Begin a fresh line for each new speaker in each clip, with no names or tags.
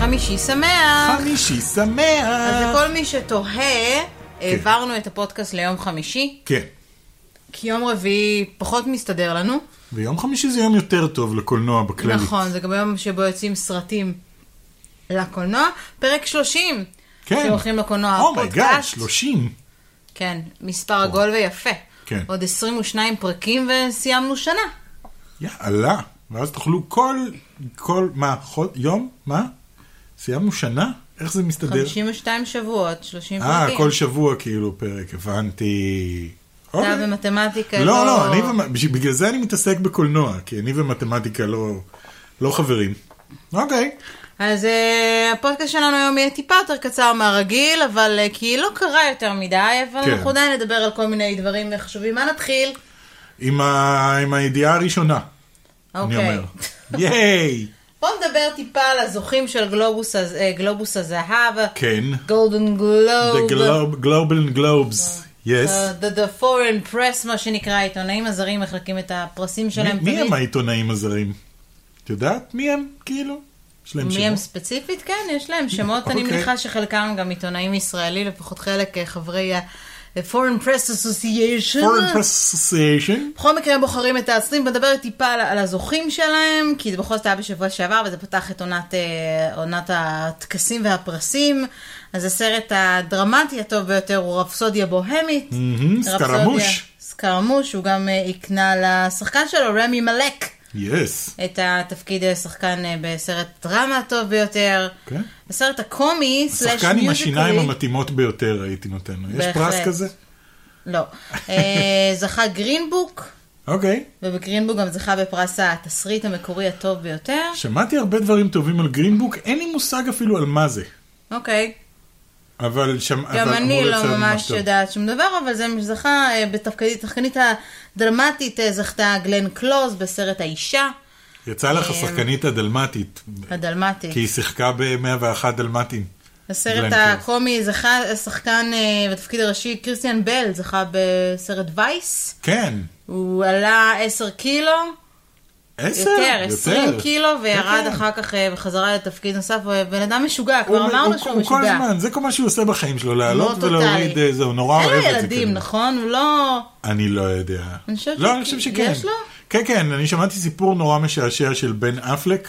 חמישי שמח!
חמישי שמח!
אז לכל מי שתוהה, העברנו את הפודקאסט ליום חמישי,
כן.
כי יום רביעי פחות מסתדר לנו.
ויום חמישי זה יום יותר טוב לקולנוע בכללי.
נכון, זה גם היום שבו יוצאים סרטים לקולנוע. פרק 30,
כן.
שהולכים לקולנוע,
אומייגאד,
הפודקאסט.
30.
כן, מספר עגול ויפה.
כן.
עוד 22 פרקים וסיימנו שנה.
יאללה. ואז תאכלו כל, כל, מה, חוד, יום? מה? סיימנו שנה? איך זה מסתדר?
52 שבועות, 30
אה,
פרקים.
כל שבוע כאילו פרק, הבנתי.
אתה
אוקיי.
במתמטיקה
לא, לא, אני ומ... בש- בגלל זה אני מתעסק בקולנוע, כי אני ומתמטיקה לא, לא חברים. אוקיי.
אז אה, הפודקאסט שלנו היום יהיה טיפה יותר קצר מהרגיל, אבל אה, כי לא קרה יותר מדי, אבל
כן.
אנחנו עדיין נדבר על כל מיני דברים חשובים. מה נתחיל?
עם, ה... עם הידיעה הראשונה, אני
אוקיי.
אומר. ייי!
בואו נדבר טיפה על הזוכים של גלובוס, הז- אה, גלובוס הזהב,
כן.
גולדן
The
גלוב, אה,
Glo- Global Globes. יס.
the the foreign press, מה שנקרא, העיתונאים הזרים מחלקים את הפרסים שלהם.
מי
תמיד.
הם העיתונאים הזרים? את יודעת מי הם? כאילו? יש להם
מי הם
שמות.
ספציפית? כן, יש להם שמות. אני
אוקיי.
מניחה שחלקם גם עיתונאים ישראלים, לפחות חלק אה, חברי ה-Foreign Press Association.
Foreign Press Association.
בכל מקרה הם בוחרים את העשרים, ונדבר טיפה על, על הזוכים שלהם, כי זה בכל זאת היה בשבוע שעבר, וזה פתח את עונת, אה, עונת הטקסים והפרסים. אז הסרט הדרמטי הטוב ביותר הוא רפסודיה בוהמית.
מהמם,
רפסודיה-
סקרמוש.
סקרמוש, הוא גם אה, הקנה לשחקן שלו, רמי מלק,
יס.
את התפקיד אה, שחקן אה, בסרט דרמה הטוב ביותר.
כן.
הסרט הקומי, סלאש
שחקן עם השיניים
מיוזיקלי,
המתאימות ביותר הייתי נותן לו. יש
בהחלט.
פרס כזה?
לא, אה, זכה גרינבוק.
אוקיי.
ובגרינבוק גם זכה בפרס התסריט המקורי הטוב ביותר.
שמעתי הרבה דברים טובים על גרינבוק, אין לי מושג אפילו על מה זה.
אוקיי.
אבל שם...
גם
אבל אמור
אני
להיות
לא
סרט
ממש
טוב.
יודעת שום דבר, אבל זה מי שזכה אה, בתפקידית, השחקנית הדרמטית אה, זכתה גלן קלוז בסרט האישה
יצא
כן.
לך השחקנית הדלמטית, כי
הדלמטית.
היא שיחקה ב-101 דלמטים. גלן
הסרט
קלוז.
הקומי זכה השחקן אה, בתפקיד הראשי, קריסטיאן בל זכה בסרט וייס.
כן.
הוא עלה 10 קילו,
עשר?
יותר, כאילו, 20 קילו, וירד
כן, כן.
אחר כך אה, בחזרה לתפקיד נוסף. הוא אה, בן אדם משוגע,
הוא-
כבר אמרנו
הוא-
שהוא
הוא
משוגע.
כל הזמן, זה כל מה שהוא עושה בחיים שלו, לעלות
מאוד
ולהוריד
טוטאלי.
אה, זה, הוא נורא אוהב את זה.
אין לו ילדים,
כנראה.
נכון? הוא לא...
אני לא יודע.
אני חושבת
לא,
שכן.
אני חושב שכן.
יש לו?
כן, כן, אני שמעתי סיפור נורא משעשע של בן אפלק,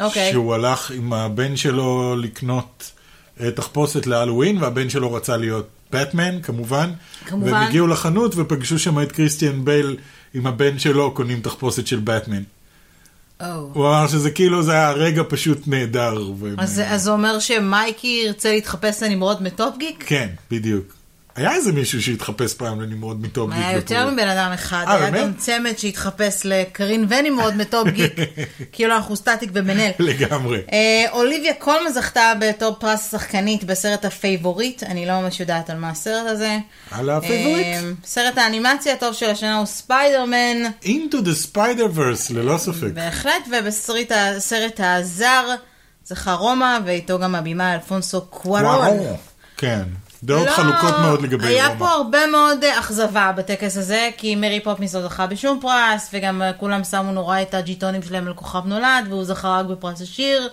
אוקיי.
שהוא הלך עם הבן שלו לקנות אה, תחפושת להלואין, והבן שלו רצה להיות בטמן, כמובן.
כמובן.
והם הגיעו לחנות ופגשו שם את קריסטיאן בייל עם הבן שלו, קונים תחפושת של בטמן.
או.
הוא אמר שזה כאילו, זה היה רגע פשוט נהדר. והם,
אז
אה,
אז זה אומר שמייקי ירצה להתחפש לנמרוד מטופ גיק?
כן, בדיוק. היה איזה מישהו שהתחפש פעם לנמרוד מטוב.
היה יותר מבן אדם אחד,
אה,
היה
באמת?
גם צמד שהתחפש לקרין ונמרוד מטופ גיק, כאילו אנחנו סטטיק ובן-אל.
לגמרי.
אה, אוליביה קולמה זכתה בתור פרס שחקנית בסרט הפייבוריט, אני לא ממש יודעת על מה הסרט הזה.
על הפייבוריט.
אה, סרט האנימציה הטוב של השנה הוא ספיידרמן.
Into the Spider-Verse, ללא ספק.
בהחלט, ובסרט הסרט הזר זכה רומא, ואיתו גם הבימה אלפונסו קוארון.
וואו. כן. דעות
לא,
חלוקות מאוד לגבי
היה
רומא.
פה הרבה מאוד אה, אכזבה בטקס הזה, כי מרי פופינס לא זכה בשום פרס, וגם אה, כולם שמו נורא את הג'יטונים שלהם על כוכב נולד, והוא זכה רק בפרס השיר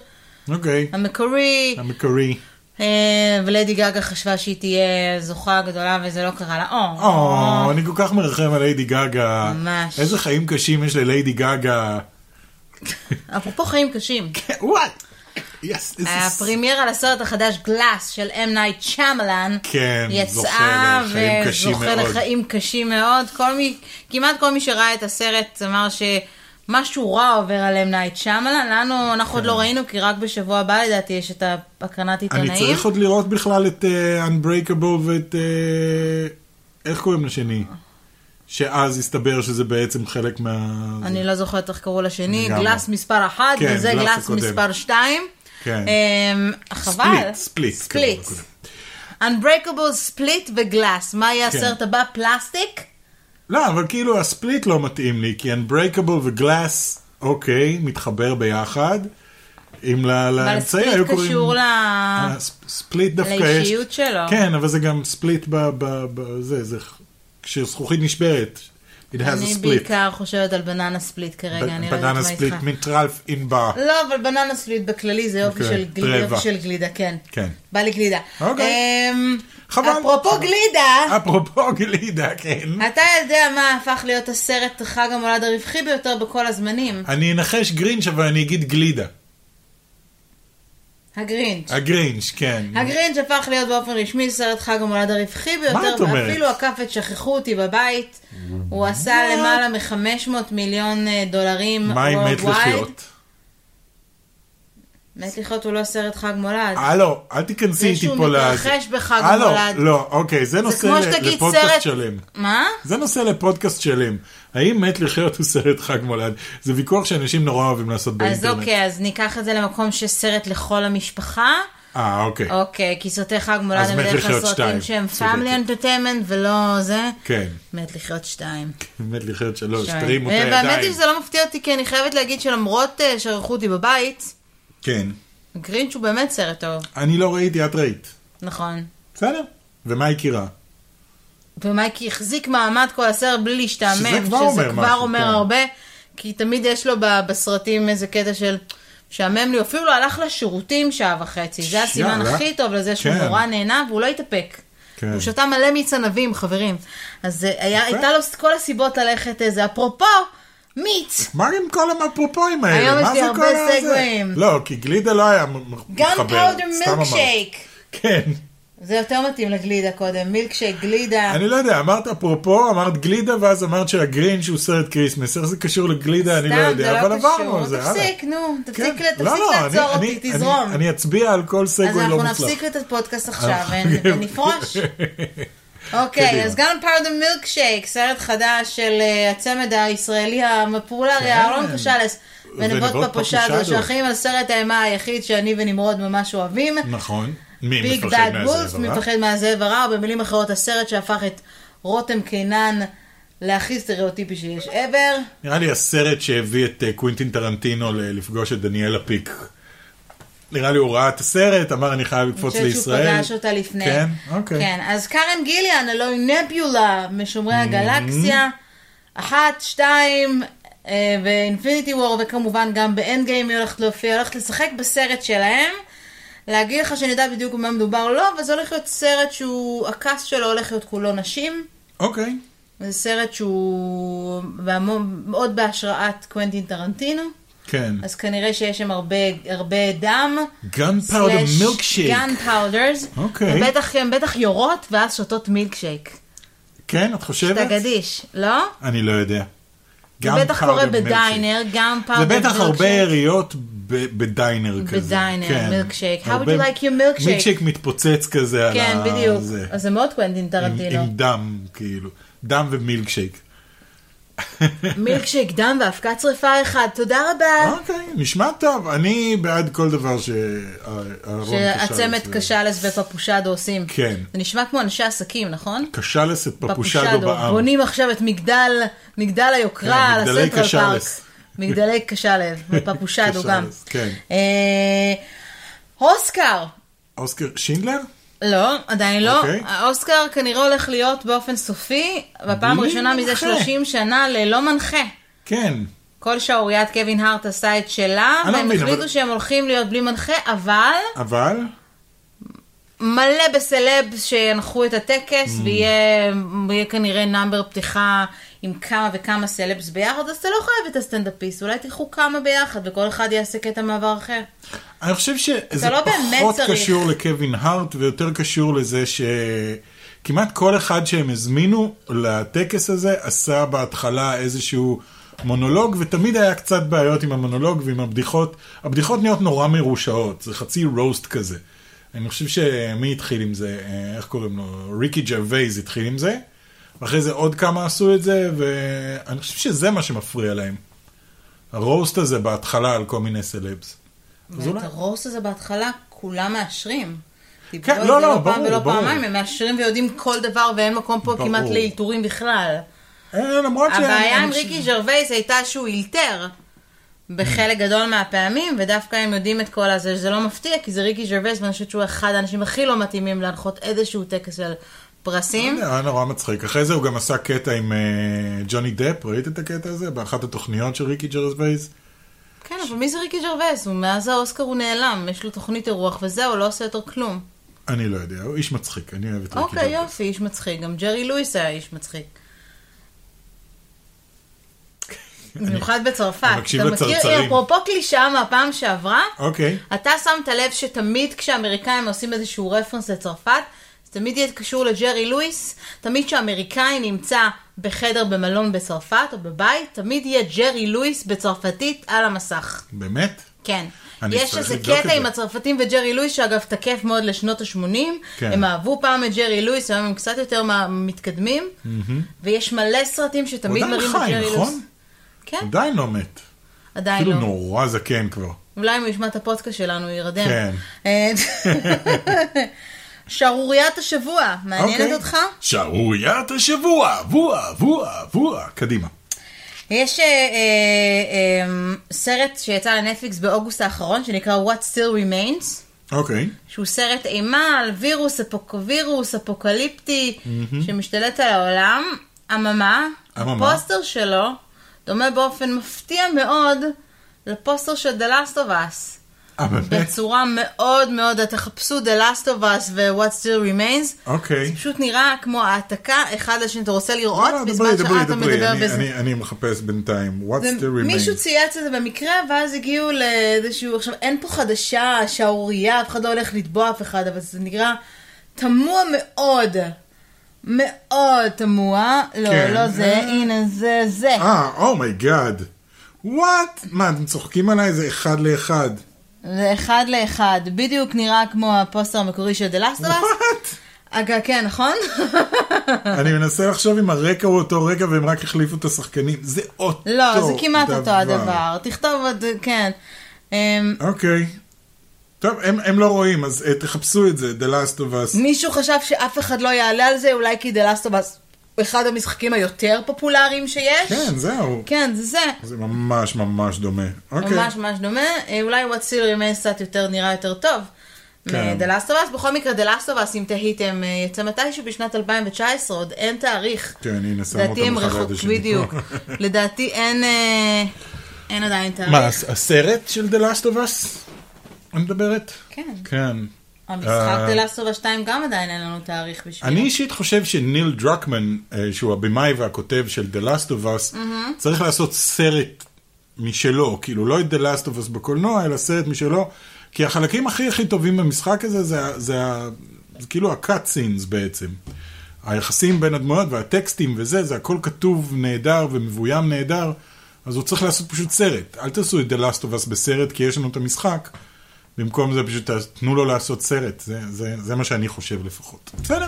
אוקיי.
המקורי,
המקורי.
אה, ולדי גגה חשבה שהיא תהיה זוכה גדולה, וזה לא קרה לה. או,
או, אני כל כך מרחם על ליידי גגה.
ממש.
איזה חיים קשים יש לליידי גגה.
אפרופו חיים קשים.
כן, וואי. יס, איזה... ס-
הפרימיירה לסרט החדש גלאס של M. Night Shyamalan
כן,
יצאה
זוכה לחיים קשים
וזוכה
מאוד.
לחיים קשים מאוד. כל מי, כמעט כל מי שראה את הסרט אמר שמשהו רע עובר על M. Night Shyamalan. לנו, אנחנו עוד לא ראינו כי רק בשבוע הבא לדעתי יש את הקרנת
כן. אני
עיתונאים.
צריך עוד לראות בכלל את אה, Unbreakable ואת... אה, איך קוראים לשני? שאז הסתבר שזה בעצם חלק מה...
אני לא זוכרת איך קראו לשני,
לגמרי.
גלאס מספר אחת
כן,
וזה
גלאס
גלאס
הקודם.
מספר שתיים.
כן.
אמ, חבל.
ספליט, ספליט.
ספליט.
קראו לו קודם.
Unbreakable, ספליט וגלאס. מה יהיה
כן.
הסרט הבא? פלסטיק?
לא, אבל כאילו הספליט לא מתאים לי, כי Unbreakable וגלאס, אוקיי, מתחבר ביחד. אם ל-
אבל
לאמצעי היו
הספליט
קוראים...
קשור ל...
אה, ס- ספליט דווקא יש.
לאישיות שלו.
כן, אבל זה גם ספליט ב... ב- ב- זה, זה... כשזכוכית נשברת. It has
אני
a split.
בעיקר חושבת על בננה ספליט כרגע, אני לא יודעת מה
בננה
איתך.
ספליט מטרלף אינבר.
לא, אבל בננה ספליט בכללי זה יופי
אוקיי,
של גלידה,
רבע.
יופי של גלידה, כן.
כן.
בא לי גלידה.
אוקיי.
אמ,
חבל.
אפרופו
חבל.
גלידה,
אפרופו גלידה, כן.
אתה יודע מה הפך להיות הסרט חג המולד הרווחי ביותר בכל הזמנים?
אני אנחש גרינץ' אבל אני אגיד גלידה.
הגרינץ'.
הגרינץ', כן.
הגרינץ' הפך להיות באופן רשמי סרט חג המולד הרווחי
מה את
ביותר,
אומרת?
ואפילו עקף את שכחו אותי בבית. הוא עשה למעלה מ-500 מיליון אה, דולרים
מה עם מת
worldwide.
לחיות?
מת לחיות הוא לא סרט חג מולד.
הלו, אה, לא, אל תיכנסי
זה
איתי
שהוא
פה לזה.
מתרחש בחג
הלו,
המולד.
לא, אוקיי, זה
זה
נושא
כמו
ל-
שתגיד סרט...
לפודקאסט שלם.
מה?
זה נושא לפודקאסט שלם. האם מת לחיות הוא סרט חג מולד? זה ויכוח שאנשים נורא אוהבים לעשות
אז
באינטרנט.
אוקיי, אז ניקח את זה למקום שסרט לכל המשפחה.
אה, אוקיי.
אוקיי, כי סרטי חג מולד
אז
הם
מת
בדרך כלל
לחיות
סרטים
שתיים,
שהם
צודקת.
family entertainment ולא זה.
כן,
מת לחיות שתיים.
מת לחיות שלוש,
שתיים.
תרימו את
והאמת היא
לא, הידיים.
שזה לא מפתיע אותי, כי אני חייבת להגיד שלמרות אה, שערכו אותי בבית,
כן.
גרינץ' הוא באמת סרט טוב,
אני לא ראיתי, את ראית.
נכון.
בסדר. ומה יקירה?
ומייקי החזיק מעמד כל הסרט בלי להשתעמם,
שזה כבר אומר
שזה כבר
משהו,
אומר
כן.
הרבה, כי תמיד יש לו ב- בסרטים איזה קטע של משעמם לי, הוא אפילו הלך לשירותים שעה וחצי, זה הסימן
יאללה.
הכי טוב לזה שהוא
כן.
נורא נהנה והוא לא התאפק.
כן.
הוא שתה מלא מיץ ענבים, חברים. אז אה, היה,
יפה.
הייתה לו ס- כל הסיבות ללכת איזה, אפרופו, מיץ.
מה עם כל המפרופואים האלה?
היום
מה
יש לי
זה
הרבה
כל הזה?
סגוויים.
לא, כי גלידה לא היה מ-
גם
מתחבר,
פאודר
סתם אמרת.
מילקשייק.
כן.
זה יותר מתאים לגלידה קודם, מילקשייק, גלידה.
אני לא יודע, אמרת אפרופו, אמרת גלידה, ואז אמרת שהגרינץ' הוא סרט כריסמס, איך זה קשור לגלידה, אני לא
סתם, זה
יודע,
לא
אבל עברנו
קשור.
על זה,
תפסיק, נו, תפסיק
כן.
ל- תפסיק
לא, לא, אני-
לעצור
אני-
אותי,
אני-
תזרום.
אני אצביע על כל
אז
סגווי
אנחנו
לא מוצלח.
נפסיק את הפודקאסט עכשיו
אנחנו-
ו- ונפרוש. אוקיי,
קדימה.
אז גם פארד מילקשייק, סרט חדש של אה, הצמד הישראלי
כן.
הפופולרי, אהרון קושלס ונבות
ונבות
פפושדו,
פפושדו.
שאחראים על סרט האימה היחיד שאני ונמרוד ממש אוהבים.
נכון. מי
ביג
מפחד
דאד וולף,
מהזאב הרע?
מפחד מהזאב הרע, או במילים אחרות הסרט שהפך את רותם קינן להכי סטריאוטיפי שיש ever.
נראה לי הסרט שהביא את אה, קווינטין טרנטינו ל- לפגוש את דניאלה פיק. נראה לי הוא ראה את הסרט, אמר אני חייב לקפוץ
אני חושבת שהוא
לישראל.
פגש אותה לפני.
כן? אוקיי.
כן, אז קארן גיליאן, הלוא היא נביולה משומרי הגלקסיה,
Mm-hmm.
אחת, שתיים, אה, באינפיניטי וור, וכמובן גם באנד גיים היא הולכת להופיע, הולכת לשחק בסרט שלהם. להגיד לך שאני יודעת בדיוק במה מדובר או לא, אבל זה הולך להיות סרט שהוא, הקאסט שלו הולך להיות כולו נשים.
אוקיי.
זה סרט שהוא בהמון- מאוד בהשראת קוונטין טרנטינו,
כן.
אז כנראה שיש שם הרבה, הרבה דם.
גן פאודר מילקשייק.
גן פאודרס.
אוקיי.
בטח, הן כן, בטח יורות ואז שותות מילקשייק.
כן, את
אתה
חושבת?
גדיש, לא?
אני לא יודע.
זה
גם
בטח
פאודר
קורה
מילקשייק.
בדיינר, גם
זה
פאודר
בטח הרבה
מילקשייק.
יריות ב- בדיינר כזה.
בדיינר,
כן.
מילקשייק. How would
הרבה-
you like your milkshake?
מילקשייק מתפוצץ כזה על ה...
כן, בדיוק.
זה.
אז זה מאוד קוונטין
עם-
טרנטינו.
עם דם, כאילו. דם ומילקשייק.
מילקשייק דם ואבקת שרפה אחד, תודה רבה.
אוקיי, נשמע טוב. אני בעד כל דבר שאהרון
שהצמד קשלס ופפושדו עושים.
כן.
זה נשמע כמו אנשי עסקים, נכון?
קשלס את פפושדו בעם.
בונים עכשיו את מגדל, מגדל היוקרה,
כן,
על
מגדלי
הסנטרל פארק.
קשלס.
מגדלי קשלב, ופפושדו
קשלס,
גם.
כן.
אה, אוסקר,
אוסקר שינדלר?
לא, עדיין לא.
אוקיי.
האוסקר כנראה הולך להיות באופן סופי, בפעם
בלי
הראשונה מזה
מנחה.
30 שנה ללא מנחה.
כן.
כל שעוריית קווין הארט עשה את שלה,
אני לא
והם
מבין,
החליטו
אבל-
שהם הולכים להיות בלי מנחה, אבל
אבל?
מלא בסלב שינחו את הטקס,
Mm.
ויהיה יהיה כנראה נאמבר פתיחה עם כמה וכמה סלבס ביחד, אז אתה לא חייב את הסטנדאפיסט, אולי תלכו כמה ביחד, וכל אחד יעשה קטע מעבר אחר.
אני חושב שזה
לא באמת
פחות
צריך.
קשור לקווין הארט ויותר קשור לזה שכמעט כל אחד שהם הזמינו לטקס הזה עשה בהתחלה איזשהו מונולוג ותמיד היה קצת בעיות עם המונולוג ועם הבדיחות. הבדיחות נהיות נורא מרושעות, זה חצי רוסט כזה. אני חושב שמי התחיל עם זה, אה, איך קוראים לו? ריקי ג'רווייז התחיל עם זה. ואחרי זה עוד כמה עשו את זה ואני חושב שזה מה שמפריע להם. הרוסט הזה בהתחלה על כל מיני סלבס. אז
ואת
אולי-
הרוס הזה בהתחלה כולם מאשרים.
כן,
דיברו על
לא,
זה
לא,
פעם
ברור,
ולא
ברור.
פעמיים, הם מאשרים ויודעים כל דבר ואין מקום פה
ברור.
כמעט לאלתורים בכלל.
אה, למרות ש...
הבעיה עם ריקי ג'רווייס הייתה שהוא אילתר בחלק גדול מהפעמים, ודווקא הם יודעים את כל הזה, שזה לא מפתיע, כי זה ריקי ג'רווייס, ואני חושבת שהוא אחד האנשים הכי לא מתאימים להנחות איזשהו טקס של פרסים.
זה היה נורא מצחיק. אחרי זה הוא גם עשה קטע עם אה, ג'וני דפ, ראית את הקטע הזה? באחת התוכניות של ריקי ג'רזבייז?
כן, אבל מי זה ריקי ג'רווס? הוא מאז האוסקר הוא נעלם, יש לו תוכנית אירוח וזהו, לא עושה יותר כלום.
אני לא יודע, הוא איש מצחיק, אני אוהב את ריקי
אוקיי,
ג'רזבייז.
יופי, איש מצחיק. גם ג'רי לואיס היה איש מצחיק. במיוחד בצרפת.
אני מקשיב לצרצרים.
אפרופו קלישאה מהפעם שעברה,
אוקיי,
אתה שמת לב שתמיד כשאמריקאים עושים איזשהו רפרנס לצרפת, זה תמיד יהיה קשור לג'רי לואיס, תמיד כשאמריקאי נמצא בחדר במלון בצרפת או בבית, תמיד יהיה ג'רי לואיס בצרפתית על המסך.
באמת?
כן.
אני
יש
אצטרך
איזה
לבדוק את
קטע
זה.
עם הצרפתים וג'רי לואיס, שאגב תקף מאוד לשנות ה-80.
כן.
הם אהבו פעם את ג'רי לואיס, היום הם קצת יותר מה- מתקדמים. ויש מלא סרטים
הוא
שתמיד
עדיין
מראים את
חי,
ג'רי לואיס.
נכון?
כן,
עדיין לא מת.
עדיין
אפילו
לא.
נורא זקן כבר.
אולי אם הוא ישמע את הפודקאסט שלנו, הוא יירדם.
כן.
אה, שערוריית השבוע, מעניינת
אוקיי.
אותך?
שערוריית השבוע, וואו, וואו, וואו. קדימה.
יש אה, אה, אה, סרט שיצא לנטפליקס באוגוסט האחרון, שנקרא What Still Remains.
אוקיי.
שהוא סרט אימה על וירוס, אפוק... וירוס אפוקליפטי mm-hmm. שמשתלט על העולם. אממה,
אממה.
הפוסטר שלו דומה באופן מפתיע מאוד לפוסטר של The Last of Us.
אה, באמת?
בצורה מאוד מאוד, תחפשו The Last of Us ו-What Still Remains. זה
אוקיי.
פשוט נראה כמו העתקה, אחד לשני, אתה רוצה לראות,
לא,
בזמן שאתה מדבר
אני-
בזה.
אני- אני מחפש בינתיים. What
זה-
still remains.
מישהו צייץ את זה במקרה, ואז הגיעו לאיזשהו, עכשיו אין פה חדשה, שערורייה, אף אחד לא הולך לתבוע אף אחד, אבל זה נקרא תמוה מאוד. מאוד תמוה. לא,
כן.
לא זה,
אה.
הנה זה, זה.
אה, אומייגאד. וואט? מה, אתם צוחקים עליי? זה אחד לאחד.
זה אחד לאחד. בדיוק נראה כמו הפוסטר המקורי של The Last of Us.
וואט?
אגב, כן, נכון?
אני מנסה לחשוב אם הרקע הוא אותו רקע והם רק החליפו את השחקנים. זה אותו דבר.
לא, זה כמעט אותו הדבר. תכתוב עוד, כן. אמ,
אוקיי. טוב, הם, הם לא רואים, אז אה, תחפשו את זה, The Last of Us.
מישהו חשב שאף אחד לא יעלה על זה, אולי כי The Last of Us הוא אחד המשחקים היותר פופולריים שיש.
כן, זהו.
כן, זה זה.
זה ממש ממש דומה. אוקיי.
ממש ממש דומה. אה, אולי What Still Remains קצת יותר נראה יותר טוב.
כן.
מ-The Last of Us. בכל מקרה, The Last of Us, אם תהיתם, אה, יצא מתישהו בשנת 2019, עוד אין תאריך.
כן, הנה, שמו
לדעתי
אותם
הם
אחד
רחוק,
ליד השני.
בדיוק. לדעתי אין אה, אין עדיין
מה,
תאריך.
הס- הסרט של The Last of Us? אני מדברת?
כן.
כן.
המשחק The Last of Us 2 גם עדיין אין לנו תאריך בשבילו.
אה, אני אישית חושב שניל דרקמן, אה, שהוא הבמאי והכותב של The Last of Us, צריך לעשות סרט משלו, כאילו לא את The Last of Us בקולנוע, אלא סרט משלו, כי החלקים הכי הכי טובים במשחק הזה זה, ה- זה, ה- זה כאילו ה-cut scenes בעצם. היחסים בין הדמויות והטקסטים וזה, זה הכל כתוב נהדר ומבוים נהדר, אז הוא צריך לעשות פשוט סרט. אל תעשו את The Last of Us בסרט, כי יש לנו את המשחק. במקום זה פשוט תנו לו לעשות סרט, זה, זה, זה מה שאני חושב לפחות. בסדר.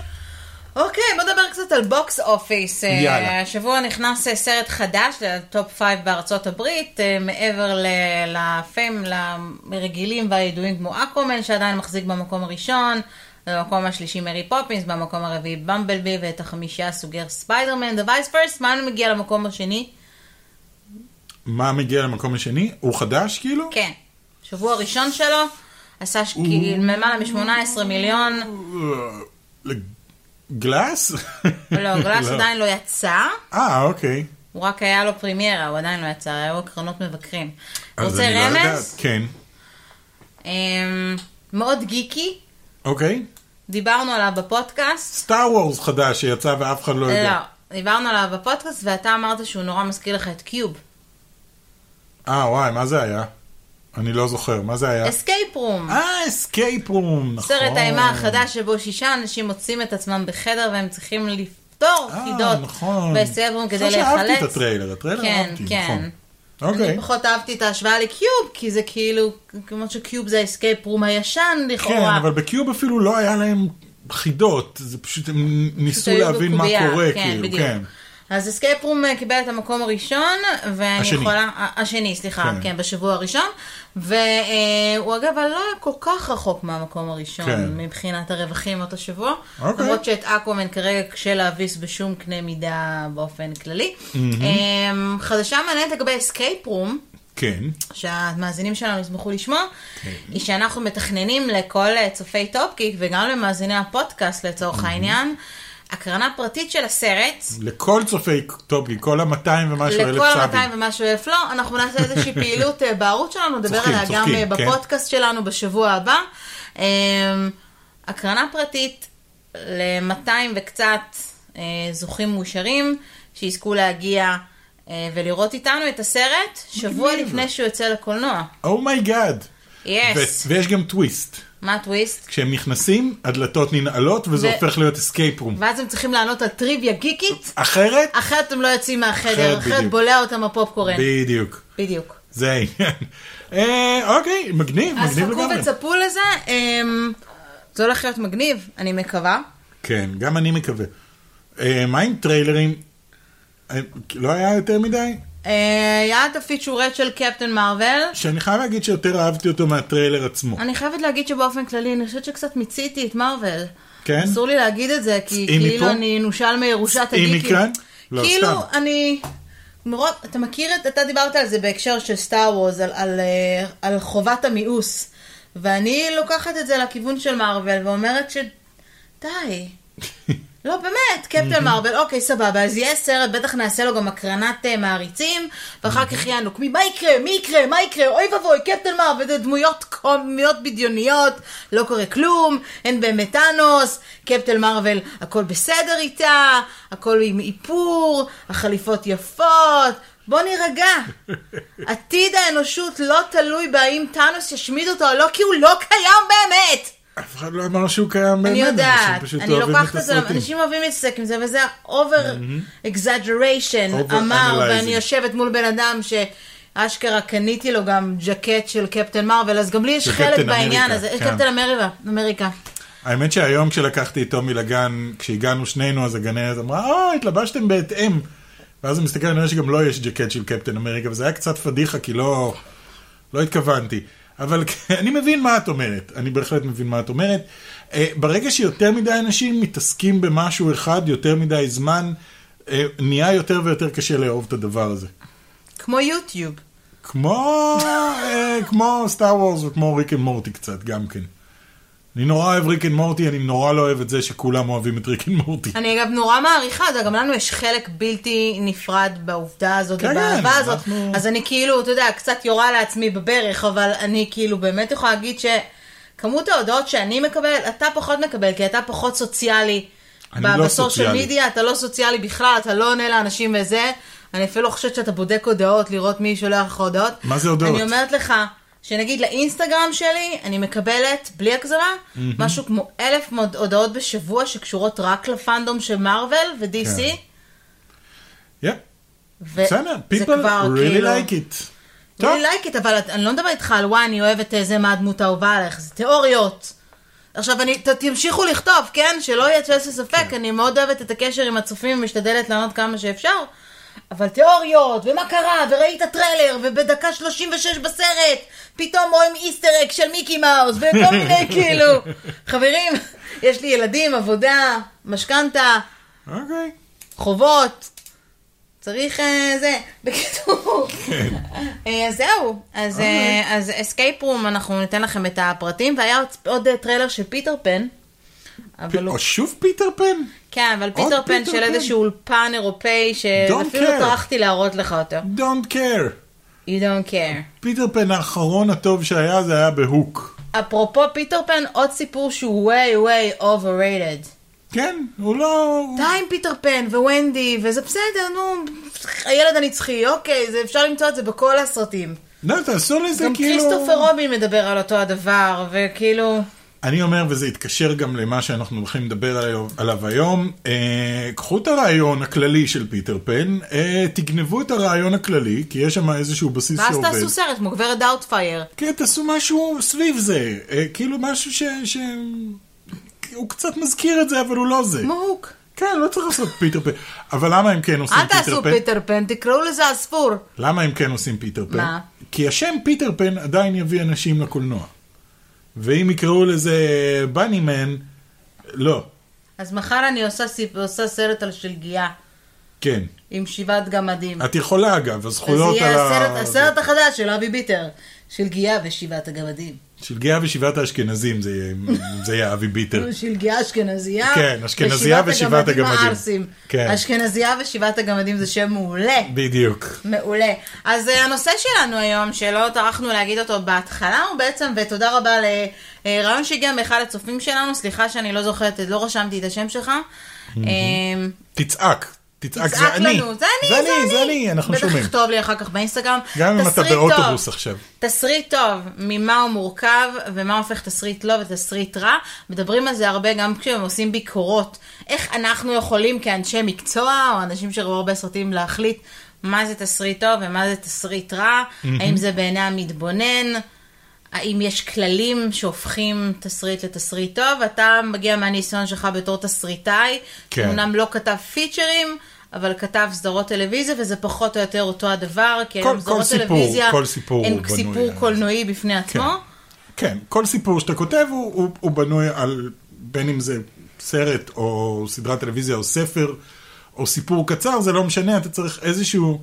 אוקיי, בוא נדבר קצת על בוקס אופיס. אה,
יאללה.
השבוע נכנס אה, סרט חדש לטופ פייב בארצות הברית, אה, מעבר ל- לפיים, לרגילים והידועים כמו אקוומן, שעדיין מחזיק במקום הראשון, במקום השלישי מרי פופינס, במקום הרביעי במבלבי, ואת החמישה סוגר ספיידרמן, דה וייס פרסט, מה הוא מגיע למקום השני?
מה מגיע למקום השני? הוא חדש כאילו?
כן, שבוע ראשון שלו, עשה ש- כאילו למעלה מ-18 מיליון,
אה, גלאס?
לא, גלאס עדיין לא יצא.
אה, אוקיי.
הוא רק היה לו פרימיירה, הוא עדיין לא יצא, היו הקרנות מבקרים.
אז
רוצה
אני לא
רמז?
יודעת. כן.
אמ, מאוד גיקי,
אוקיי.
דיברנו עליו בפודקאסט.
סטאר וורס חדש שיצא ואף אחד לא
לא,
יודע.
דיברנו עליו בפודקאסט ואתה אמרת שהוא נורא מזכיר לך את קיוב. לא.
אה, וואי, מה זה היה? אני לא זוכר, מה זה היה?
אסקייפ רום.
אה, אסקייפ רום, נכון.
סרט האימה החדש שבו שישה אנשים מוצאים את עצמם בחדר והם צריכים לפתור
אה,
חידות
נכון.
באסקייפ רום כדי
אני חושב שאהבתי את
להיחלץ.
הטריילר, הטריילר
כן,
אהבתי,
כן.
נכון.
אני
אוקיי.
פחות אהבתי את ההשוואה לקיוב, כי זה כאילו, כמו שקיוב זה האסקייפ רום הישן לכאורה.
כן, אבל בקיוב אפילו לא היה להם חידות, זה פשוט הם ניסו
שהיו
להבין מה
בקובייה,
קורה,
כן,
כאילו,
בדיוק.
כן.
אז אסקייפ רום אה, קיבל את המקום הראשון, ואני
השני.
יכולה... ה- השני, סליחה,
כן.
כן, בשבוע הראשון. והוא אגב לא היה כל כך רחוק מהמקום הראשון,
כן.
מבחינת הרווחים אותו שבוע.
אוקיי.
למרות שאת אקוומן כרגע קשה להביס בשום קנה מידה באופן כללי. אה, חדשה מעניינת לגבי אסקייפ רום.
כן.
שהמאזינים שלנו ישמחו לשמוע, היא שאנחנו מתכננים לכל אה, צופי טופקיק וגם למאזיני הפודקאסט לצורך העניין, הקרנה פרטית של הסרט.
לכל צופי טופגי, כל ה-200 ומשהו אלף
לכל
סאבים.
200 ומשהו אלף לא, אנחנו נעשה איזושהי פעילות אה, בערוץ שלנו, נדבר
צוחקים,
עליה גם
צוחקים,
אה,
כן.
בפודקאסט שלנו בשבוע הבא. אה, הקרנה פרטית ל-200 וקצת אה, זוכים מאושרים, שיזכו להגיע אה, ולראות איתנו את הסרט שבוע
מגניב.
לפני שהוא יוצא לקולנוע.
Oh אומייגאד.
יס,
ויש גם טוויסט.
מה הטוויסט?
כשהם נכנסים, הדלתות ננעלות וזה
ו-
הופך להיות אסקייפ רום.
ואז הם צריכים לענות על טריוויה גיקית,
אחרת,
אחרת הם לא יוצאים מהחדר,
אחרת
אחרת
בדיוק.
בולע אותם הפופקורן.
בדיוק.
בדיוק.
זה העניין. אה, אוקיי, מגניב,
אז
מגניב
חכו
לגמרי.
וצפו לזה, אמ, זה הולך להיות מגניב, אני מקווה.
כן, גם אני מקווה. אה, מה עם טריילרים? אה, לא היה יותר מדי?
אה, היה את הפיצ'ורט של קפטן מרוויל.
שאני חייב להגיד שיותר אהבתי אותו מהטריילר עצמו.
אני חייבת להגיד שבאופן כללי, אני חושבת שקצת מיציתי את מרוויל.
כן?
אסור לי להגיד את זה, כי
צאי
כאילו
מפה.
אני נושל מירושת
צאי
הגיקים.
מכאן. לא,
כאילו,
סתם.
אני... מרוב, אתה מכיר את, אתה דיברת על זה בהקשר של סטאר וורז, על, על, אה, על חובת המיאוס. ואני לוקחת את זה לכיוון של מארוול ואומרת ש... די. לא, באמת, קפטן מרבל, אוקיי, סבבה, אז יהיה סרט, בטח נעשה לו גם הקרנת אה, מעריצים, ואחר כך יענו, מי- מה יקרה, מי יקרה, מה יקרה, אוי ואבוי, קפטן מרבל, זה דמויות קומיות בדיוניות, לא קורה כלום, אין באמת טאנוס, קפטן מרבל, הכל בסדר איתה, הכל עם איפור, החליפות יפות, בוא נירגע. עתיד האנושות לא תלוי בהאם טאנוס ישמיד אותו או לא, כי הוא לא קיים באמת!
אף אחד לא אמר שהוא קיים באמת.
אני יודעת,
אנשים פשוט
אני
לא אוהבים
לוקחת את זה,
הסרטים.
אנשים אוהבים להתעסק עם זה, וזה ה-over exaggeration
Over
אמר, ואני
analyzing.
יושבת מול בן אדם שאשכרה קניתי לו גם ג'קט של קפטן מרוויל, אז גם לי יש
של
חלק
קפטן
בעניין הזה,
אמריקה,
יש
כן.
קפטן אמריקה, אמריקה.
האמת שהיום כשלקחתי את טומי לגן, כשהגענו שנינו, אז הגננת אמרה, אה, התלבשתם בהתאם. ואז אני מסתכל, אני רואה שגם לו יש ג'קט של קפטן אמריקה, וזה היה קצת פדיחה, כי לא, לא התכוונתי. אבל אני מבין מה את אומרת, אני בהחלט מבין מה את אומרת. אה, ברגע שיותר מדי אנשים מתעסקים במשהו אחד יותר מדי זמן, אה, נהיה יותר ויותר קשה לאהוב את הדבר הזה.
כמו יוטיוב.
כמו, אה, כמו סטאר וורס וכמו ריק אנד מורטי קצת, גם כן. אני נורא אוהב ריק אנד מורטי, אני נורא לא אוהב את זה שכולם אוהבים את ריק אנד מורטי.
אני אגב נורא מעריכה, זה גם לנו יש חלק בלתי נפרד בעובדה הזאת,
כן,
ובאהבה הזאת,
אנחנו-
אז אני כאילו, אתה יודע, קצת יורה לעצמי בברך, אבל אני כאילו באמת יכולה להגיד שכמות ההודעות שאני מקבלת, אתה פחות מקבל, כי אתה פחות סוציאלי.
אני לא סוציאלי.
מדיה, אתה לא סוציאלי בכלל, אתה לא עונה לאנשים וזה. אני אפילו לא חושבת שאתה בודק הודעות, לראות מי שולח לך הודעות.
מה זה הודעות?
אני אומרת לך, שנגיד לאינסטגרם שלי, אני מקבלת, בלי הגזמה, משהו כמו אלף מוד- הודעות בשבוע שקשורות רק לפאנדום של מארוול ו-DC.
כן. Yeah,
ו-
בסדר,
זה
people
כבר
really
כאילו-
like it.
really
טוב,
like it, אבל את- אני לא מדברת איתך על וואי, אני אוהבת אה, זה מה הדמות האהובה עליך, זה תיאוריות. עכשיו, אני, ת, תמשיכו לכתוב, כן? שלא יהיה תפס לספק, אני מאוד אוהבת את הקשר עם הצופים ומשתדלת לענות כמה שאפשר, אבל תיאוריות, ומה קרה, וראית טריילר, ובדקה 36 בסרט, פתאום רואים איסטר אק של מיקי מאוס, וכל מיני כאילו. חברים, יש לי ילדים, עבודה, משכנתה,
אוקיי.
חובות, צריך אה, זה, בקיצור.
כן.
אה, אז זהו, אז, אה,
אוקיי.
אז אסקייפ רום, אנחנו ניתן לכם את הפרטים, והיה עוד, עוד אה, טריילר של פיטר פן. אבל הוא...
או שוב פיטר פן?
כן, אבל פיטר פן של
פיטר פן.
איזשהו אולפן אירופאי,
Don't
שאפילו
care.
טרחתי להראות לך אותו.
Don't care.
You don't care.
פיטר פן האחרון הטוב שהיה זה היה בהוק.
אפרופו פיטר פן, עוד סיפור שהוא way way overrated.
כן, הוא לא...
די עם פיטר פן וונדי, וזה בסדר, נו, הילד הנצחי, אוקיי, זה אפשר למצוא את זה בכל הסרטים.
לא, תעשו לזה
גם
כאילו...
כריסטופר רובין מדבר על אותו הדבר, וכאילו...
אני אומר, וזה יתקשר גם למה שאנחנו הולכים לדבר עליו- עליו היום, אה, קחו את הרעיון הכללי של פיטר פן, אה, תגנבו את הרעיון הכללי, כי יש שם איזשהו בסיס
ואז
שעובד.
תעשו סרט כמו גברת דאוטפייר.
כן, תעשו משהו סביב זה, אה, כאילו משהו ש... ש... הוא קצת מזכיר את זה, אבל הוא לא זה.
כמו הוק.
כן, לא צריך לעשות פיטר פן. אבל למה הם כן עושים
אל
פיטר
תעשו
פן?
פיטר פן, תקראו לזה הספור.
למה הם כן עושים פיטר פן?
מה?
כי השם פיטר פן עדיין יביא אנשים לקולנוע. ואם יקראו לזה בני מן, לא,
אז מחר אני עושה סיפ- עושה סרט על שלגיה,
כן.
עם שבעת גמדים.
את יכולה אגב,
אז
הזכויות
יהיה
על ה...
הסרט- הסרט החדש של אבי ביטר, שלגיה ושבעת הגמדים.
שלגיה ושבעת האשכנזים, זה יהיה- זה יהיה אבי ביטר.
שלגיה אשכנזייה.
כן, אשכנזייה ושבעת הגמדים.
הערסים.
כן.
אשכנזייה ושבעת הגמדים זה שם מעולה.
בדיוק.
מעולה. אז אה, הנושא שלנו היום, שלא טרחנו להגיד אותו בהתחלה, הוא בעצם, ותודה רבה לרעיון שהגיע מאחד הצופים שלנו, סליחה שאני לא זוכרת, לא רשמתי את השם שלך. אה,
תצעק, תצעק,
תצעק
אה, זה אני.
לנו, זה אני, זה אני,
זה אני, אנחנו שומעים.
בטח תכתוב לי אחר כך באינסטגרם.
גם אם אתה
תסריט טוב.
באוטובוס עכשיו.
תסריט טוב, ממה הוא מורכב ומה הופך תסריט לא ותסריט רע. מדברים על זה הרבה גם כשהם עושים ביקורות. איך אנחנו יכולים כאנשי מקצוע או אנשים שראו הרבה סרטים להחליט מה זה תסריט טוב ומה זה תסריט רע, האם זה בעיני המתבונן. האם יש כללים שהופכים תסריט לתסריט טוב? אתה מגיע מהניסיון שלך בתור תסריטאי,
כן.
אמנם לא כתב פיצ'רים, אבל כתב סדרות טלוויזיה, וזה פחות או יותר אותו הדבר, כי
כל-
היום
כל
סדרות
סיפור-
טלוויזיה
כל סיפור
הן
הוא בנוי
סיפור
על-
קולנועי בפני עצמו.
כן, כל סיפור שאתה כותב הוא, הוא, הוא בנוי על, בין אם זה סרט או סדרת טלוויזיה או ספר או סיפור קצר, זה לא משנה, אתה צריך איזשהו...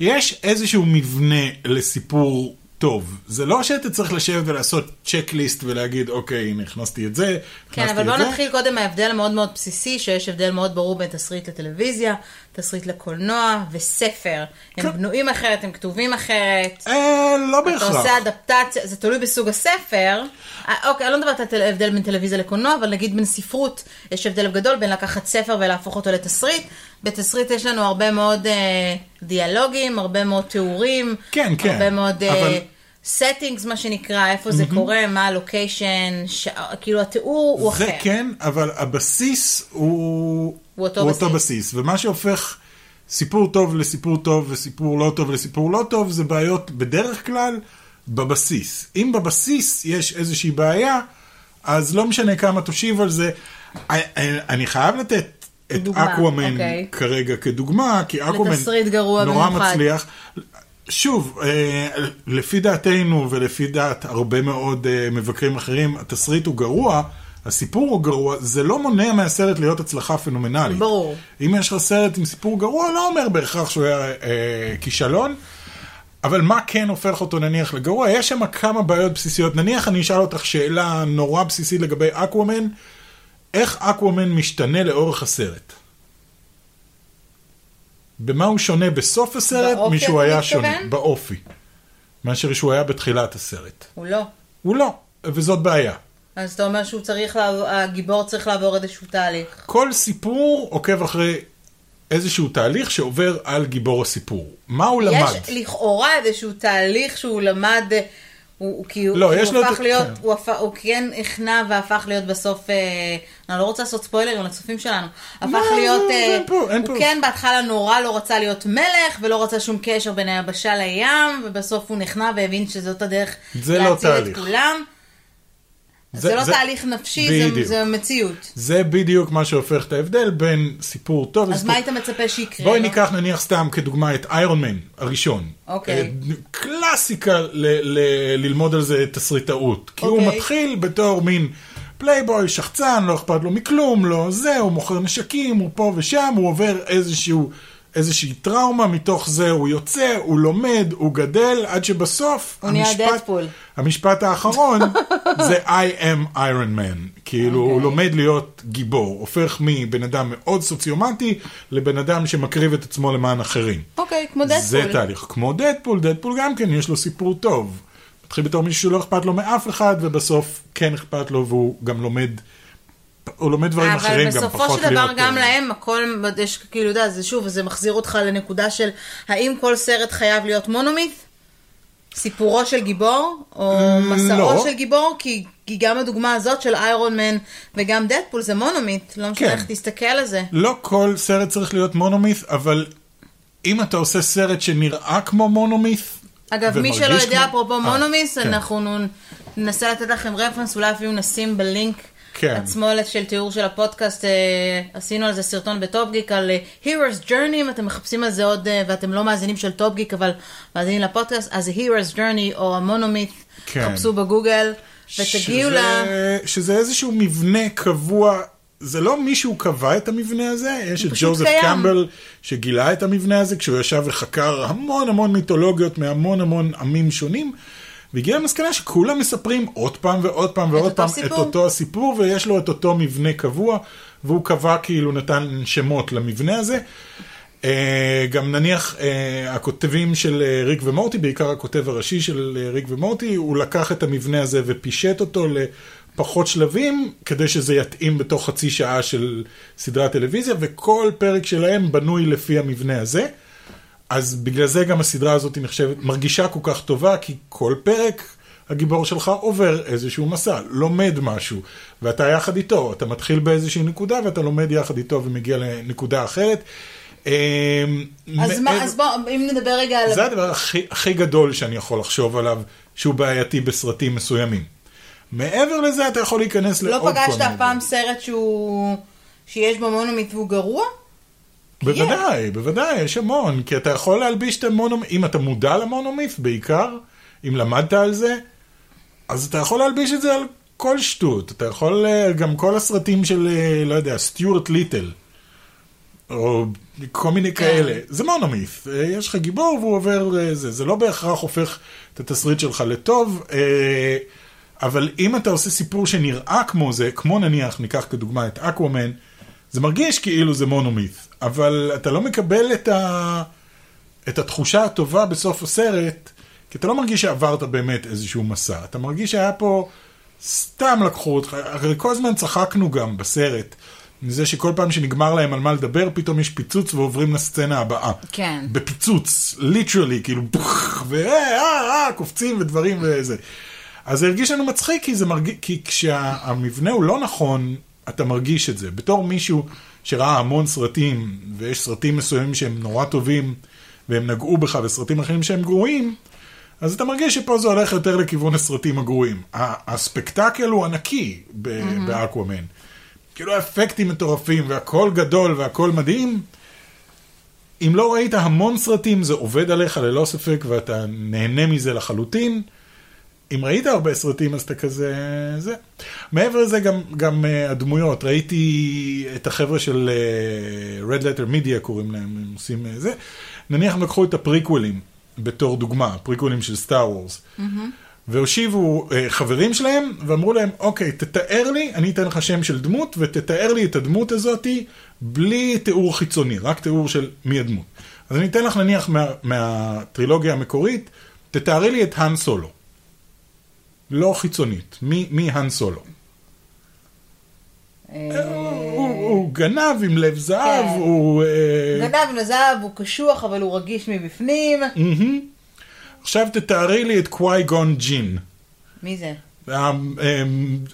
יש איזשהו מבנה לסיפור טוב. זה לא שאתה צריך לשבת ולעשות צ'קליסט ולהגיד, אוקיי, הנה, הכנסתי את זה,
כן,
הכנסתי
אבל בואו
את זה.
נתחיל קודם מההבדל המאוד מאוד בסיסי, שיש הבדל מאוד ברור בין תסריט לטלוויזיה, תסריט לקולנוע וספר. הם
כן.
בנויים אחרת, הם כתובים אחרת.
אה, לא
אתה
בהכרח.
עושה אדפטציה, זה תלוי בסוג הספר. אה, אוקיי, אני לא מדברת על טל- הבדל בין טלוויזיה לקולנוע, אבל נגיד בין ספרות, יש הבדל גדול בין לקחת ספר ולהפוך אותו לתסריט. בתסריט יש לנו הרבה מאוד אה, דיאלוגים, הרבה מאוד תיאורים.
כן, כן,
הרבה מאוד
אבל-
אה, settings, מה שנקרא, איפה זה קורה, מה הלוקיישן, כאילו התיאור הוא אחר.
זה כן, אבל הבסיס הוא,
הוא אותו
אותו
בסיס.
בסיס. ומה שהופך סיפור טוב לסיפור טוב וסיפור לא טוב לסיפור לא טוב, זה בעיות בדרך כלל בבסיס. אם בבסיס יש איזושהי בעיה, אז לא משנה כמה תושיב על זה. אני- אני חייב לתת את
דוגמה,
אקוואמן
אוקיי.
כרגע כדוגמה, כי אקוואמן
לתסריט גרוע
נורא
במיוחד.
מצליח. שוב, אה, לפי דעתנו ולפי דעת הרבה מאוד אה, מבקרים אחרים, התסריט הוא גרוע, הסיפור הוא גרוע, זה לא מונע מהסרט להיות הצלחה פנומנלית.
ברור.
אם יש לך סרט עם סיפור גרוע, לא אומר בהכרח שהוא היה אה, כישלון, אבל מה כן הופך אותו נניח לגרוע? יש שם כמה בעיות בסיסיות. נניח אני אשאל אותך שאלה נורא בסיסית לגבי אקוואמן, איך אקוואמן משתנה לאורך הסרט? במה הוא שונה בסוף הסרט
באופי
משהוא
אתה
היה
מתכוון?
שונה, באופי, מאשר שהוא היה בתחילת הסרט.
הוא לא.
הוא לא, וזאת בעיה.
אז אתה אומר שהוא צריך, לעבור- הגיבור צריך לעבור איזשהו תהליך.
כל סיפור עוקב אחרי איזשהו תהליך שעובר על גיבור הסיפור. מה הוא למד?
יש לכאורה איזשהו תהליך שהוא למד, אה, הוא, הוא כאילו,
לא,
כאילו
יש לו
הפך
את-
להיות,
כן.
הוא, הפ... הוא כן הכנע והפך להיות בסוף, אה, אני לא רוצה לעשות ספוילרים לצופים שלנו, הפך
לא,
להיות,
זה-
אה,
אין פה, אין
הוא
פה.
כן בהתחלה נורא לא רצה להיות מלך, ולא רצה שום קשר בין היבשה לים, ובסוף הוא נכנע והבין שזאת הדרך
זה לא
להציל את
תהליך.
כולם. זה,
זה-
לא
זה-
תהליך נפשי, זה,
בדיוק.
זה מציאות.
זה בדיוק מה שהופך את ההבדל בין סיפור טוב
אז
לסיפור
מה היית מצפה שיקרה? לא?
בואי
לו?
ניקח נניח סתם כדוגמה את איירון מן הראשון.
אוקיי.
אה, קלאסיקה ל- ל- ללמוד על זה תסריטאות. כי הוא
אוקיי.
מתחיל בתור מין פלייבוי, שחצן, לא אכפת לו מכלום, לא זה, הוא מוכר נשקים, הוא פה ושם, הוא עובר איזשהו, איזושהי טראומה, מתוך זה הוא יוצא, הוא לומד, הוא גדל, עד שבסוף
הוא נהיה דדפול.
המשפט האחרון זה I am Iron Man. כאילו,
אוקיי.
הוא לומד להיות גיבור. הופך מבן אדם מאוד סוציומטי לבן אדם שמקריב את עצמו למען אחרים.
אוקיי, כמו דדפול.
זה תהליך. כמו דדפול, דדפול גם כן יש לו סיפור טוב. מתחיל בתור מישהו שלא אכפת לו מאף אחד, ובסוף כן אכפת לו, והוא גם לומד, הוא לומד דברים אחרים, גם פחות להיות...
אה, אבל בסופו של דבר גם
אה,
להם הכל, יש כאילו, אתה יודע, זה שוב, זה מחזיר אותך לנקודה של האם כל סרט חייב להיות מונומית? סיפורו של גיבור? או מסעו
לא.
של גיבור? כי, כי גם הדוגמה הזאת של איירון מן וגם דדפול זה מונומית, לא משנה
כן.
איך תסתכל על זה.
לא כל סרט צריך להיות מונומית, אבל אם אתה עושה סרט שנראה כמו מונומית...
אגב, מי
ומרגיש
שלא יודע,
כמו-
אפרופו
אה,
מונומיס,
כן.
אנחנו נו- ננסה לתת לכם רפרנס, אולי אפילו נשים בלינק
כן.
עצמו של תיאור של הפודקאסט, אה, עשינו על זה סרטון בטופגיק על אה, Hero's Journey, אם אתם מחפשים על זה עוד, אה, ואתם לא מאזינים של טופגיק, אבל מאזינים לפודקאסט, אז Hero's Journey או המונומית,
כן.
חפשו בגוגל, ותגיעו ל...
שזה- שזה איזשהו מבנה קבוע, זה לא מישהו קבע את המבנה הזה, יש את
פשוט
ג'וזף
קיים.
קמבל שגילה את המבנה הזה כשהוא ישב וחקר המון המון מיתולוגיות מהמון המון עמים שונים, והגיע למסקנה שכולם מספרים עוד פעם ועוד פעם ועוד
אותו
פעם את
סיפור.
אותו הסיפור, ויש לו את אותו מבנה קבוע, והוא קבע כאילו נתן שמות למבנה הזה. אה, גם נניח אה, הכותבים של אה, ריק ומורטי, בעיקר הכותב הראשי של אה, ריק ומורטי, הוא לקח את המבנה הזה ופישט אותו לפחות שלבים, כדי שזה יתאים בתוך חצי שעה של סדרת טלוויזיה, וכל פרק שלהם בנוי לפי המבנה הזה. אז בגלל זה גם הסדרה הזאת היא נחשבת, מרגישה כל כך טובה, כי כל פרק הגיבור שלך עובר איזשהו מסע, לומד משהו, ואתה יחד איתו, אתה מתחיל באיזושהי נקודה ואתה לומד יחד איתו ומגיע לנקודה אחרת. אמ,
אז, מה,
מעבר-
אז בוא, אם נדבר רגע על...
זה הדבר הכי, הכי גדול שאני יכול לחשוב עליו, שהוא בעייתי בסרטים מסוימים. מעבר לזה אתה יכול להיכנס לעוד
לא
כל מיני...
פגשת אף פעם
דברים.
סרט שהוא... שיש בו מונומית והוא גרוע?
בוודאי, בוודאי, יש המון, כי אתה יכול להלביש את המונומ... אם אתה מודע למונומית בעיקר, אם למדת על זה, אז אתה יכול להלביש את זה על כל שטות. אתה יכול, אה, גם כל הסרטים של, אה, לא יודע, סטיוארט ליטל, או כל מיני כאלה. זה מונומית. אה, יש לך גיבור והוא עובר אה, זה. זה לא בהכרח הופך את התסריט שלך לטוב, אה, אבל אם אתה עושה סיפור שנראה כמו זה, כמו נניח, ניקח כדוגמה את אקוומן, זה מרגיש כאילו זה מונומית, אבל אתה לא מקבל את, ה... את התחושה הטובה בסוף הסרט, כי אתה לא מרגיש שעברת באמת איזשהו מסע, אתה מרגיש שהיה פה, סתם לקחו אותך, הרי כל הזמן צחקנו גם בסרט, מזה שכל פעם שנגמר להם על מה לדבר, פתאום יש פיצוץ ועוברים לסצנה הבאה.
כן.
בפיצוץ, ליטרלי, כאילו, פח, ואה, אה, אה, קופצים ודברים וזה. אז זה הרגיש לנו מצחיק, כי, זה מרגיש, כי כשהמבנה הוא לא נכון, אתה מרגיש את זה. בתור מישהו שראה המון סרטים, ויש סרטים מסוימים שהם נורא טובים, והם נגעו בך, וסרטים אחרים שהם גרועים, אז אתה מרגיש שפה זה הולך יותר לכיוון הסרטים הגרועים. ה- הספקטקל הוא ענקי ב- באקוומן. כאילו אפקטים מטורפים, והכל גדול והכל מדהים. אם לא ראית המון סרטים, זה עובד עליך ללא ספק, ואתה נהנה מזה לחלוטין. אם ראית הרבה סרטים, אז אתה כזה... זה. מעבר לזה, גם, גם uh, הדמויות. ראיתי את החבר'ה של uh, Red Letter Media, קוראים להם, הם עושים uh, זה. נניח הם לקחו את הפריקוולים, בתור דוגמה, הפריקוולים של סטאר וורס. והושיבו אה, חברים שלהם, ואמרו להם, אוקיי, תתאר לי, אני אתן לך שם של דמות, ותתאר לי את הדמות הזאתי בלי תיאור חיצוני, רק תיאור של מי הדמות. אז אני אתן לך נניח מה, מהטרילוגיה המקורית, תתארי לי את האן סולו. לא חיצונית, מי, מי האן סולו. הוא, הוא, הוא גנב עם לב זהב,
כן.
הוא... אה,
גנב נזב, הוא קשוח, אבל הוא רגיש מבפנים.
מהמם. עכשיו תתארי לי את קוואי גון ג'ין.
מי זה?
אמ, אמ,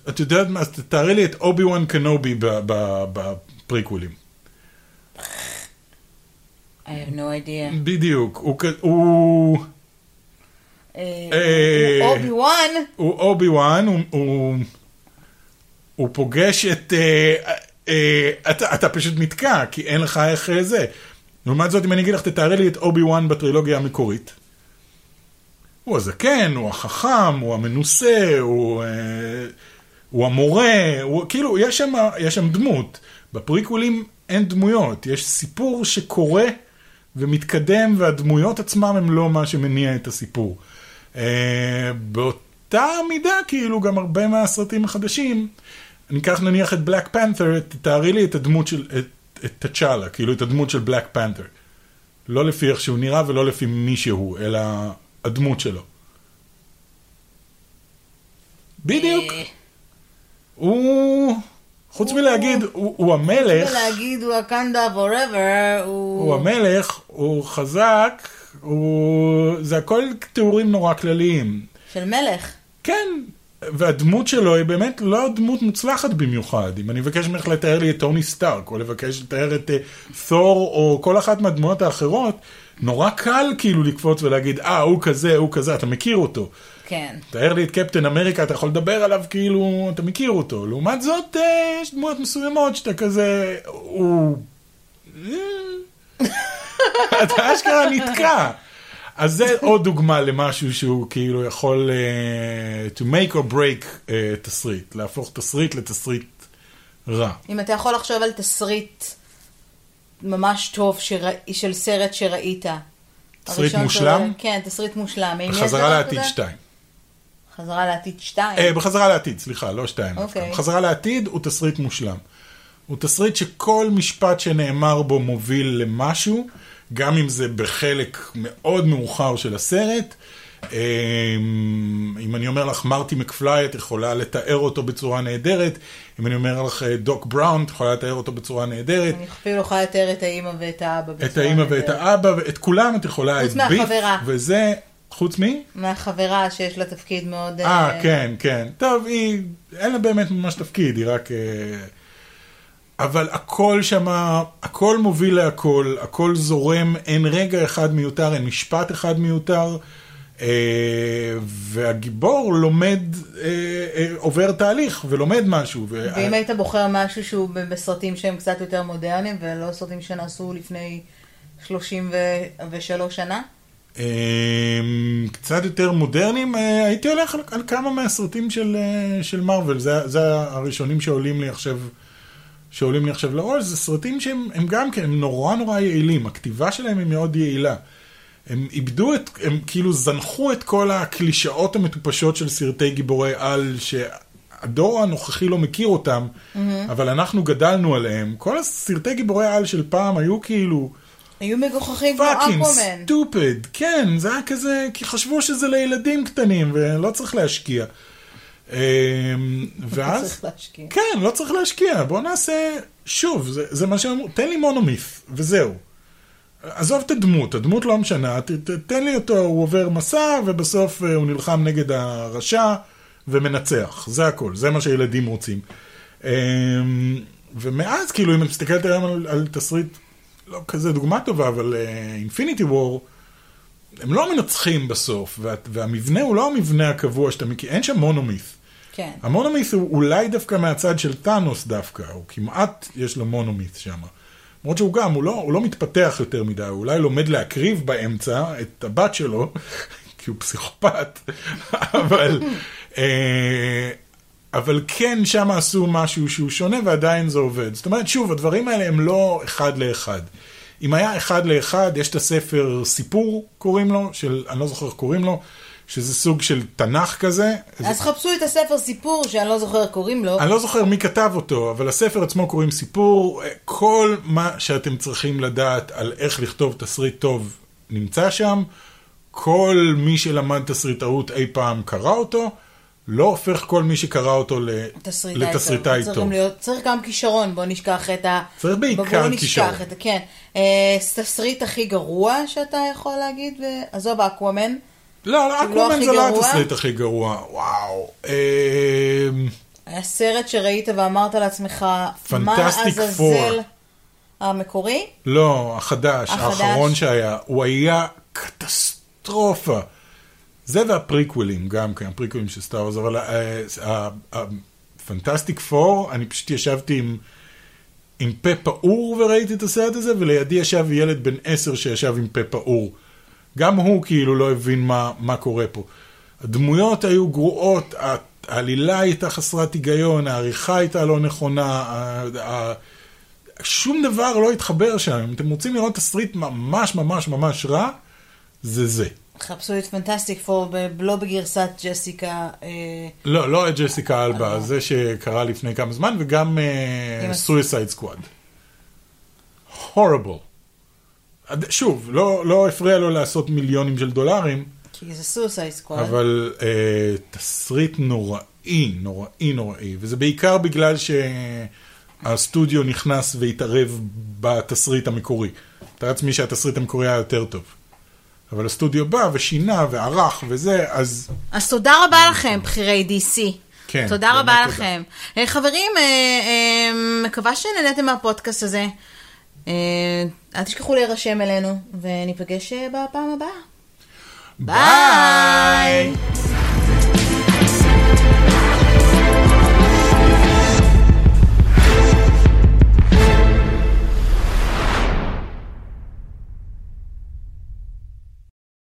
את יודעת מה, אז תתארי לי את אובי וואן קנובי ב- ב- בפריקוולים.
I have no idea.
בדיוק, הוא כ- הוא אה,
אובי וואן?
הוא אובי וואן, הוא- הוא- הוא פוגש את... אה, אה, אתה אתה פשוט נתקע, כי אין לך איך אה, זה. לעומת זאת, אם אני אגיד לך, תתארי לי את אובי וואן בטרילוגיה המקורית. הוא הזקן, הוא החכם, הוא המנוסה, הוא, אה, הוא המורה, הוא, כאילו, יש שם, יש שם דמות. בפריקולים אין דמויות, יש סיפור שקורה ומתקדם, והדמויות עצמם הם לא מה שמניע את הסיפור. אה, באותה מידה, כאילו, גם הרבה מהסרטים החדשים, ניקח נניח את בלק פנת'ר, תתארי לי את הדמות של, את, את תצ'אלה, כאילו, את הדמות של בלק פנת'ר. לא לפי איך שהוא נראה ולא לפי מי שהוא, אלא הדמות שלו. בדיוק.
אה,
הוא, חוץ מלהגיד, הוא, הוא המלך,
ולהגיד וואקנדה forever,
הוא
הוא...
המלך, הוא חזק, הוא... זה הכל תיאורים נורא כלליים.
של מלך.
כן, והדמות שלו היא באמת לא דמות מוצלחת במיוחד. אם אני אבקש ממך לתאר לי את טוני סטארק, או לבקש לתאר את אה, תור, או כל אחת מהדמויות האחרות, נורא קל כאילו לקפוץ ולהגיד, אה, הוא כזה, הוא כזה, אתה מכיר אותו.
כן.
תאר לי את קפטן אמריקה, אתה יכול לדבר עליו כאילו, אתה מכיר אותו. לעומת זאת, אה, יש דמויות מסוימות שאתה כזה, הוא... אה. אתה אשכרה נתקע. אז זה עוד דוגמה למשהו שהוא כאילו יכול uh, to make or break uh, תסריט, להפוך תסריט לתסריט רע.
אם אתה יכול לחשוב על תסריט ממש טוב שרא- של סרט שראית.
תסריט
הראשון
מושלם?
שרא- כן, תסריט מושלם. האם יש
חזרה
דבר
לעתיד
כזה?
2.
חזרה לעתיד 2.
אה, בחזרה לעתיד, סליחה, לא שתיים.
כן. אוקיי.
דווקא. בחזרה לעתיד הוא תסריט מושלם. הוא תסריט שכל משפט שנאמר בו מוביל למשהו, גם אם זה בחלק מאוד מאוחר של הסרט. אה, אם אני אומר לך מרטי מקפליי, את יכולה לתאר אותו בצורה נהדרת. אם אני אומר לך אה, דוק בראון, את יכולה לתאר אותו בצורה נהדרת.
אני אפילו יכולה לתאר את האימא ואת האבא.
את
בצורה
האימא
נהדרת.
ואת האבא, את כולם את יכולה,
חוץ
את ביף,
מהחברה.
וזה, חוץ מי?
מהחברה שיש לה תפקיד מאוד...
אה, כן, כן. טוב, היא, אין לה באמת ממש תפקיד, היא רק... אה, אבל הכל שמה, הכל מוביל להכל, הכל זורם, אין רגע אחד מיותר, אין משפט אחד מיותר, אה, והגיבור לומד, אה, אה, עובר תהליך ולומד משהו. ו-
ואם היית בוחר משהו שהוא ב- בסרטים שהם קצת יותר מודרניים, ולא סרטים שנעשו לפני 33 שנה?
אמ, קצת יותר מודרניים, אה, הייתי הולך על, על כמה מהסרטים של, אה, של מארוול, זה, זה הראשונים שעולים לי עכשיו, שעולים לי עכשיו לראש, זה סרטים שהם הם גם כן, הם נורא נורא יעילים, הכתיבה שלהם היא מאוד יעילה. הם איבדו את, הם כאילו זנחו את כל הקלישאות המטופשות של סרטי גיבורי על, שהדור הנוכחי לא מכיר אותם, mm-hmm. אבל אנחנו גדלנו עליהם. כל הסרטי גיבורי על של פעם היו כאילו...
היו מגוחכים כמו
פאקינג
אקוומן.
סטופד, כן, זה היה כזה, כי חשבו שזה לילדים קטנים ולא צריך להשקיע. אמ, ואז,
צריך להשקיע.
כן, לא צריך להשקיע, בוא נעשה, שוב, זה, זה מה שאמרו, תן לי מונומיף, וזהו. עזוב את הדמות, הדמות לא משנה, ת, ת, תן לי אותו, הוא עובר מסע, ובסוף אה, הוא נלחם נגד הרשע, ומנצח, זה הכל, זה מה שילדים רוצים. אמ, ומאז, כאילו, אם את מסתכלת היום על, על תסריט, לא כזה דוגמה טובה, אבל אינפיניטי uh, וור, הם לא מנצחים בסוף, וה, והמבנה הוא לא המבנה הקבוע שאתה מכיר, אין שם מונומית'.
כן.
המונומית' הוא אולי דווקא מהצד של טאנוס דווקא, הוא כמעט, יש לו מונומית' שם. למרות שהוא גם, הוא לא, הוא לא מתפתח יותר מדי, הוא אולי לומד להקריב באמצע את הבת שלו, כי הוא פסיכופת, אבל, אה, אבל כן שם עשו משהו שהוא שונה ועדיין זה עובד. זאת אומרת, שוב, הדברים האלה הם לא אחד לאחד. אם היה אחד לאחד, יש את הספר סיפור, קוראים לו, של, אני לא זוכר איך קוראים לו, שזה סוג של תנ"ך כזה.
אז חפשו את הספר סיפור שאני לא זוכר איך קוראים לו.
אני לא זוכר מי כתב אותו, אבל הספר עצמו קוראים סיפור. כל מה שאתם צריכים לדעת על איך לכתוב תסריט טוב נמצא שם. כל מי שלמד תסריטאות אי פעם קרא אותו. לא הופך כל מי שקרא אותו ל-
תסריטאי
לתסריטאי
צריך
טוב.
גם להיות- צריך גם כישרון, בוא נשכח את ה...
צריך בעיקר
בואו נשכח
כישרון.
את ה- כן. אה, תסריט הכי גרוע שאתה יכול להגיד, ו- עזוב אקוומן.
לא, לא,
שהוא לא
אקוומן
הכי
זה לא
גרוע?
התסריט הכי גרוע. וואו. אמ,
היה סרט שראית ואמרת לעצמך, מה
Fantastic
לעזאזל
Four.
המקורי?
לא, החדש,
החדש.
האחרון שהיה, הוא היה קטסטרופה. זה והפריקוולים גם כן, הפריקוולים של סטאר וורז, אבל אה, הפנטסטיק פור, אני פשוט ישבתי עם, עם פה פעור וראיתי את הסרט הזה, ולידי ישב ילד בן עשר שישב עם פה פעור. גם הוא כאילו לא הבין מה, מה קורה פה. הדמויות היו גרועות, ה- העלילה הייתה חסרת היגיון, העריכה הייתה לא נכונה, ה- ה- שום דבר לא התחבר שם. אם אתם רוצים לראות תסריט ממש ממש ממש רע, זה זה.
חפשו את פנטסטיק פור, ב- לא בגרסת ג'סיקה. אה,
לא, לא את ג'סיקה אלבה, זה שקרה לפני כמה זמן, וגם אה,
אוקיי. עם הס-
Suicide Squad. הורבל. שוב, לא, לא הפריע לו לעשות מיליונים של דולרים,
כי זה סוסייד סקוואד.
אבל אה, תסריט נוראי, נוראי, נוראי, וזה בעיקר בגלל שהסטודיו נכנס והתערב בתסריט המקורי. תאר לעצמי שהתסריט המקורי היה יותר טוב. אבל הסטודיו בא ושינה וערך וזה, אז
אז תודה רבה לכם, בכירי DC.
כן,
תודה
באמת
רבה
תודה.
לכם. אה, חברים, אה, אה, מקווה שנהנתם מהפודקאסט הזה. אה, אל תשכחו להירשם אלינו, וניפגש אה, בפעם הבאה. ביי!